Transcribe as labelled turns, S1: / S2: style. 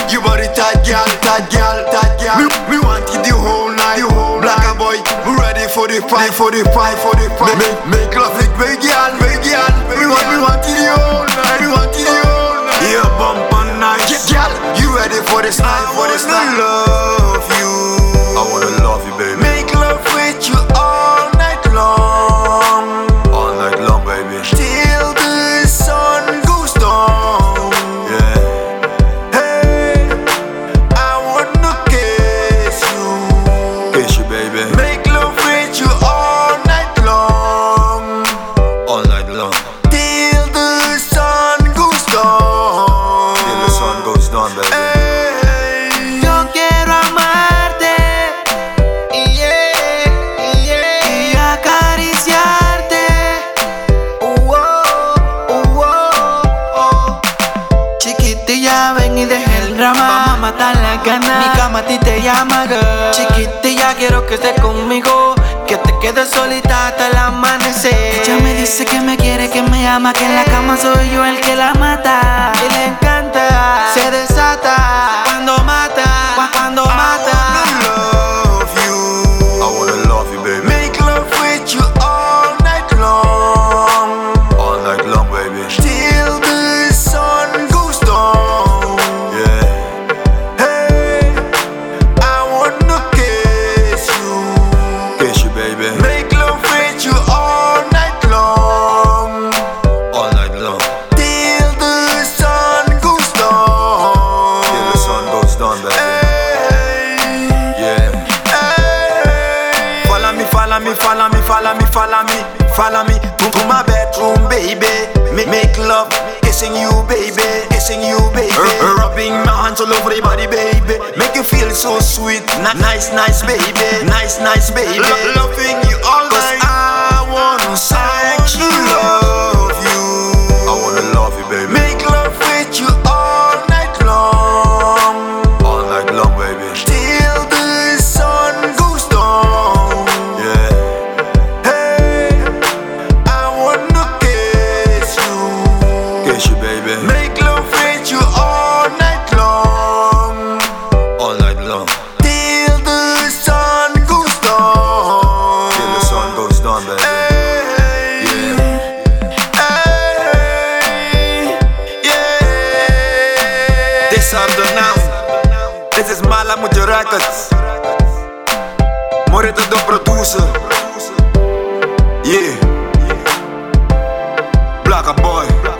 S1: That girl, that girl, that girl. Me, me want it the whole night, the whole Black night. boy, we ready for the fight, for the fight, for the fight. Make, make love it, make girl, make girl. Me want, me want it the whole night, me want it the whole night. Yeah, bump on night. Girl, you ready for this night, for this night? I love you. I wanna love you, baby. Make love with you all night long. All night long, baby. Till the sun goes down. Yeah. Hey, I wanna kiss you. Kiss you, baby. Make love with you all night long. All night long. Till the sun goes down. Till the sun goes down, baby. Hey,
S2: Yo quiero amarte y acariciarte. Chiquitilla, ven y deja el drama. Vamos a matar la gana. Mi cama a ti te llama, girl. Chiquitilla, quiero que estés conmigo. Que te quedes solita hasta el amanecer. Ella me dice que me quiere, que me ama. Que en la cama soy yo el que la mata. Y le encanta, se desata. Cuando mata, cua- cuando mata.
S1: I love you. I wanna love you, baby. Make love with you all night long. All night long, baby. Till the sun goes down. Yeah. Hey, I wanna kiss you. Kiss you, baby. Make love with you all night long. All night long. Till the sun goes down. Till the sun goes down, baby. Hey. Yeah. Hey. Follow me, follow me, follow me, follow me, follow me, follow me to, to my bedroom, baby. Make, make love, kissing you, baby, kissing you, baby. Uh, uh, rubbing my hands all over your body, baby. Make you feel so sweet, Ni- nice, nice, baby, nice, nice, baby. Lo- loving you all night. I wanna sexually love you. I wanna love you, baby. Make love with you all night long. All night long, baby. Till the sun goes down. Yeah. Hey, I wanna kiss you. Kiss you, baby. Make love with you all night long. All night long. Till the sun goes down. Till the sun goes down, baby. Hey, yeah. Hey, yeah. Desardo now. This is Mala Mucho Records. Morito do producer. Yeah. Black boy.